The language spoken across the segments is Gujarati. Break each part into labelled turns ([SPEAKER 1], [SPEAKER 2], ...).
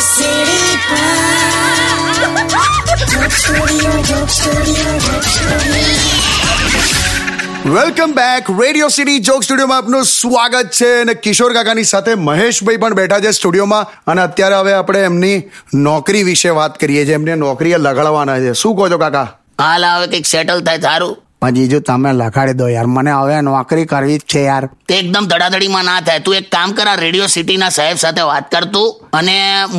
[SPEAKER 1] સીડી
[SPEAKER 2] welcome back radio city joke સ્ટુડિયોમાં આપનું સ્વાગત છે અને કિશોર કાકાની સાથે મહેશભાઈ પણ બેઠા છે સ્ટુડિયોમાં અને અત્યારે હવે આપણે એમની નોકરી વિશે વાત કરીએ છીએ એમને નોકરીએ લગાડવાના છે શું કહો છો કાકા
[SPEAKER 3] હાલ હવે કંઈક સેટલ થાય સારું
[SPEAKER 4] પણ જો તમે લખાડી દો યાર મને હવે નોકરી કરવી જ છે યાર
[SPEAKER 3] તે એકદમ ધડાધડીમાં ના થાય તું એક કામ કર આ રેડિયો સિટીના સાહેબ સાથે વાત કર તું અને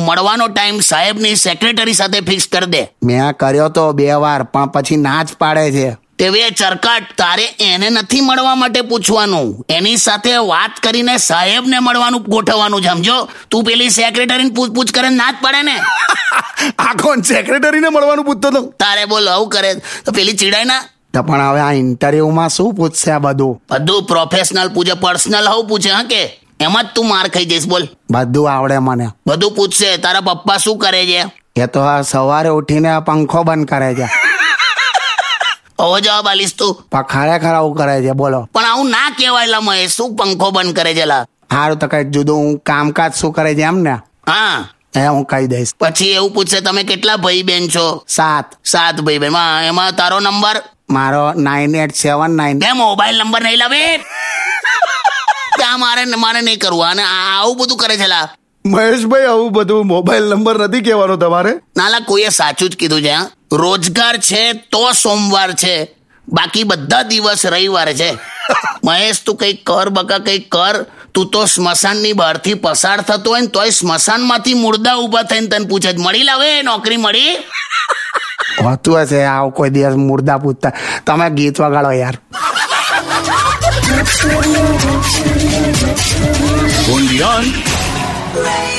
[SPEAKER 3] મળવાનો ટાઈમ સાહેબની સેક્રેટરી સાથે ફિક્સ કરી દે
[SPEAKER 4] મેં કર્યો તો બે વાર પણ પછી ના જ પાડે છે
[SPEAKER 3] તેવે ચરકાટ તારે એને નથી મળવા માટે પૂછવાનું એની સાથે વાત કરીને સાહેબને મળવાનું ગોઠવવાનું છે સમજો તું પેલી સેક્રેટરીને પૂછપૂછ કરે ને ના જ પડે ને
[SPEAKER 2] આ કોણ સેક્રેટરીને મળવાનું પૂછતો હતો
[SPEAKER 3] તારે બોલ આવું કરે તો પેલી ચીડાય ના
[SPEAKER 4] તો પણ હવે આ ઇન્ટરવ્યુમાં શું પૂછશે આ બધું
[SPEAKER 3] બધું પ્રોફેશનલ પૂછે પર્સનલ હવું પૂછે હા કે એમાં જ તું માર ખાઈ જઈશ બોલ
[SPEAKER 4] બધું આવડે મને
[SPEAKER 3] બધું પૂછશે તારા પપ્પા શું કરે છે
[SPEAKER 4] એ તો આ સવારે ઉઠીને આ પંખો બંધ કરે છે
[SPEAKER 3] આવો જવાબ આલીશ તું
[SPEAKER 4] પણ ખરેખર આવું કરે છે બોલો
[SPEAKER 3] પણ આવું ના કહેવાય લા મહેશ શું પંખો બંધ કરે છે લા
[SPEAKER 4] સારું તો કઈ જુદું હું કામકાજ શું કરે છે એમ ને
[SPEAKER 3] હા
[SPEAKER 4] એ હું કહી દઈશ
[SPEAKER 3] પછી એવું પૂછશે તમે કેટલા ભાઈ બેન છો
[SPEAKER 4] સાત
[SPEAKER 3] સાત ભાઈ બેન એમાં તારો નંબર
[SPEAKER 4] મારો નાઇન એટ સેવન નાઇન
[SPEAKER 3] બે મોબાઈલ નંબર નહીં લાવે ત્યાં મારે મારે નહીં કરવું અને આ- આવું બધું કરે છે લા
[SPEAKER 2] મહેશભાઈ આવું બધું મોબાઈલ નંબર નથી કહેવાનો તમારે
[SPEAKER 3] ના લા કોઈએ સાચું જ કીધું છે હા. રોજગાર છે તો સોમવાર છે બાકી બધા દિવસ રવિવારે છે મહેશ તું કઈ કર બકા કઈ કર તું તો સ્મશાનની બહારથી પસાર થતો હોય ને તોય સ્મશાનમાંથી મુર્દા ઊભા થઈને તને પૂછે છે, મળી લાવે નોકરી મળી
[SPEAKER 4] હોતું હશે આવું કોઈ દિવસ મુર્દા પૂછતા તમે ગીત વગાડો યાર
[SPEAKER 1] Radio